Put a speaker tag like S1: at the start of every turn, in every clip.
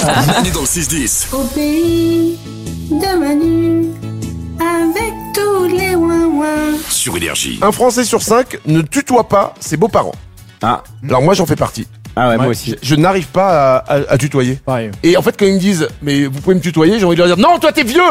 S1: Manu dans le 6-10.
S2: Au pays de Manu, avec tous les ouin-ouin.
S1: Sur Énergie.
S3: Un Français sur cinq ne tutoie pas ses beaux-parents.
S4: Ah.
S3: Alors moi j'en fais partie.
S4: Ah ouais, moi
S5: Ouais.
S4: aussi.
S3: Je n'arrive pas à, à- à tutoyer.
S5: Pareil.
S3: Et en fait quand ils me disent mais vous pouvez me tutoyer, j'ai envie de leur dire non toi t'es vieux.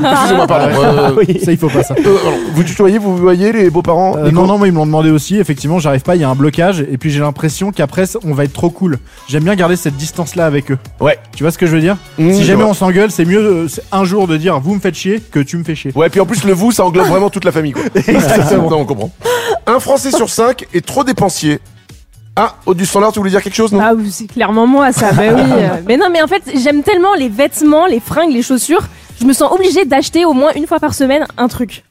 S5: Ah,
S3: Excusez-moi pardon. Euh,
S5: Ça, il faut pas ça.
S3: euh, alors, vous tutoyez, vous voyez les beaux-parents.
S5: Euh,
S3: les
S5: non,
S3: grands-
S5: non, moi ils me l'ont demandé aussi. Effectivement, j'arrive pas, il y a un blocage. Et puis j'ai l'impression qu'après, on va être trop cool. J'aime bien garder cette distance-là avec eux.
S3: Ouais.
S5: Tu vois ce que je veux dire
S3: Mmh,
S5: Si
S3: je
S5: jamais
S3: vois.
S5: on s'engueule, c'est mieux euh, c'est un jour de dire vous me faites chier que tu me fais chier.
S3: Ouais, puis en plus, le vous, ça englobe vraiment toute la famille, quoi. Exactement. Non, on comprend. Un Français sur cinq est trop dépensier. Ah, Aude du standard, tu voulais dire quelque chose, non
S6: Ah oui, c'est clairement moi ça. Bah oui. euh. Mais non, mais en fait, j'aime tellement les vêtements, les fringues, les chaussures, je me sens obligée d'acheter au moins une fois par semaine un truc.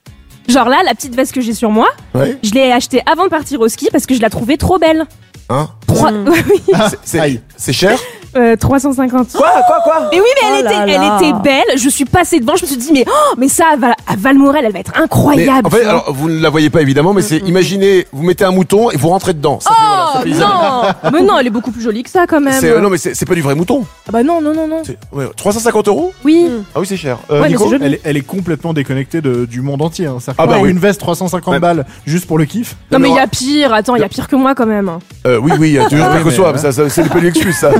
S6: Genre là, la petite veste que j'ai sur moi,
S3: Ouais.
S6: je l'ai achetée avant de partir au ski parce que je la trouvais trop belle.
S5: Ah.
S3: Hein
S6: Trois- Oui,
S3: C'est- C'est c'est cher
S6: euh, 350.
S4: Quoi, quoi, quoi
S6: Mais oui, mais elle,
S7: Oh là
S6: était,
S7: là.
S6: elle était belle. Je suis passée devant, je me suis dit, mais, oh, mais ça, à Val- à Valmorel, elle va être
S3: mais
S6: incroyable. Mm,
S3: en fait, alors vous ne la voyez pas évidemment, mais c'est imaginez, vous mettez un mouton et vous rentrez dedans. Ça fait- voilà, ça
S6: Oh
S3: fait bizarre.
S6: non Mais non, elle est beaucoup plus jolie que ça quand même.
S3: C'est- euh, non mais c'est c'est pas du vrai mouton.
S6: Ah bah non, non, non, non.
S3: C'est- ouais, 350 euros
S6: Oui.
S3: Ah oui c'est cher. Euh,
S6: Ouais, mais
S3: Nico
S6: c'est joli.
S5: Elle est, elle est complètement déconnectée de- du monde entier. hein. C'est-à-dire
S3: Ah
S5: que
S3: bah oui.
S5: Une veste 350
S3: Ouais.
S5: balles juste pour le kiff.
S6: Non mais il
S3: alors-
S6: y a pire. Attends, il y a pire que moi quand même.
S3: Euh, oui oui, tu veux
S6: Ah
S5: Ouais,
S3: pire que
S5: mais
S3: soi,
S5: ouais.
S3: ça, ça, c'est pas une excuse ça.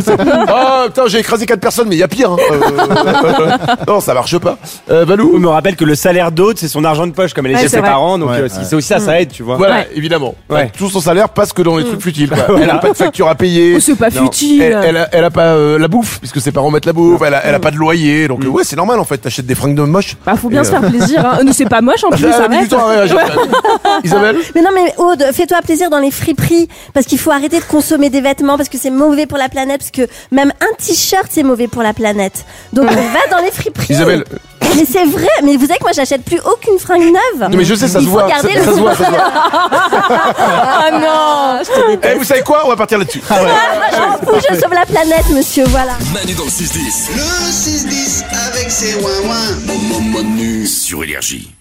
S3: Ah putain j'ai écrasé quatre personnes mais il y a pire. hein. Euh, non ça marche pas. Euh, Valou
S4: On me rappelle que le salaire d'hôte, c'est son argent de poche, comme elle est
S6: Ouais,
S4: chez
S6: c'est
S4: ses
S6: vrai. Mm.
S4: parents, donc
S5: Ouais,
S4: euh, c'est aussi ça, ça aide, tu vois.
S3: Voilà,
S6: Ouais.
S3: évidemment.
S4: Ouais.
S3: Tout son salaire passe que dans les trucs futiles. quoi. Elle a pas de facture à payer.
S6: Oh, c'est pas
S4: Non.
S6: futile.
S3: Elle, elle a, elle a pas euh, la bouffe, puisque ses parents mettent la bouffe, elle a,
S6: Mm.
S3: elle a pas de loyer, donc euh, ouais, c'est normal en fait, t'achètes des fringues de moche.
S6: Bah faut bien
S3: Et,
S6: se faire plaisir. Hein. Nous c'est pas moche en plus.
S3: Ah,
S6: arrête.
S3: mais du temps, ouais, ouais, j'ai- Isabelle
S7: Mais non, mais Aude, fais-toi plaisir dans les friperies parce qu'il faut arrêter de consommer des vêtements parce que c'est mauvais pour la planète parce que même un t-shirt c'est mauvais pour la planète. Donc va dans les friperies.
S3: Isabelle,
S7: Mais c'est vrai. Mais vous savez que moi j'achète plus aucune fringue neuve.
S3: non mais je sais, ça
S7: Il
S3: se
S7: faut
S3: voit. Ça,
S7: garder le
S3: ça se voit, ça se voit.
S6: Ah non. je te
S3: Eh, vous savez quoi On va partir là-dessus.
S7: J'en fous, je sauve la planète, monsieur. Voilà.
S1: Manu dans le 6-10.
S8: Le 6-10 avec ses ouin-ouin.
S1: Manu sur Énergie.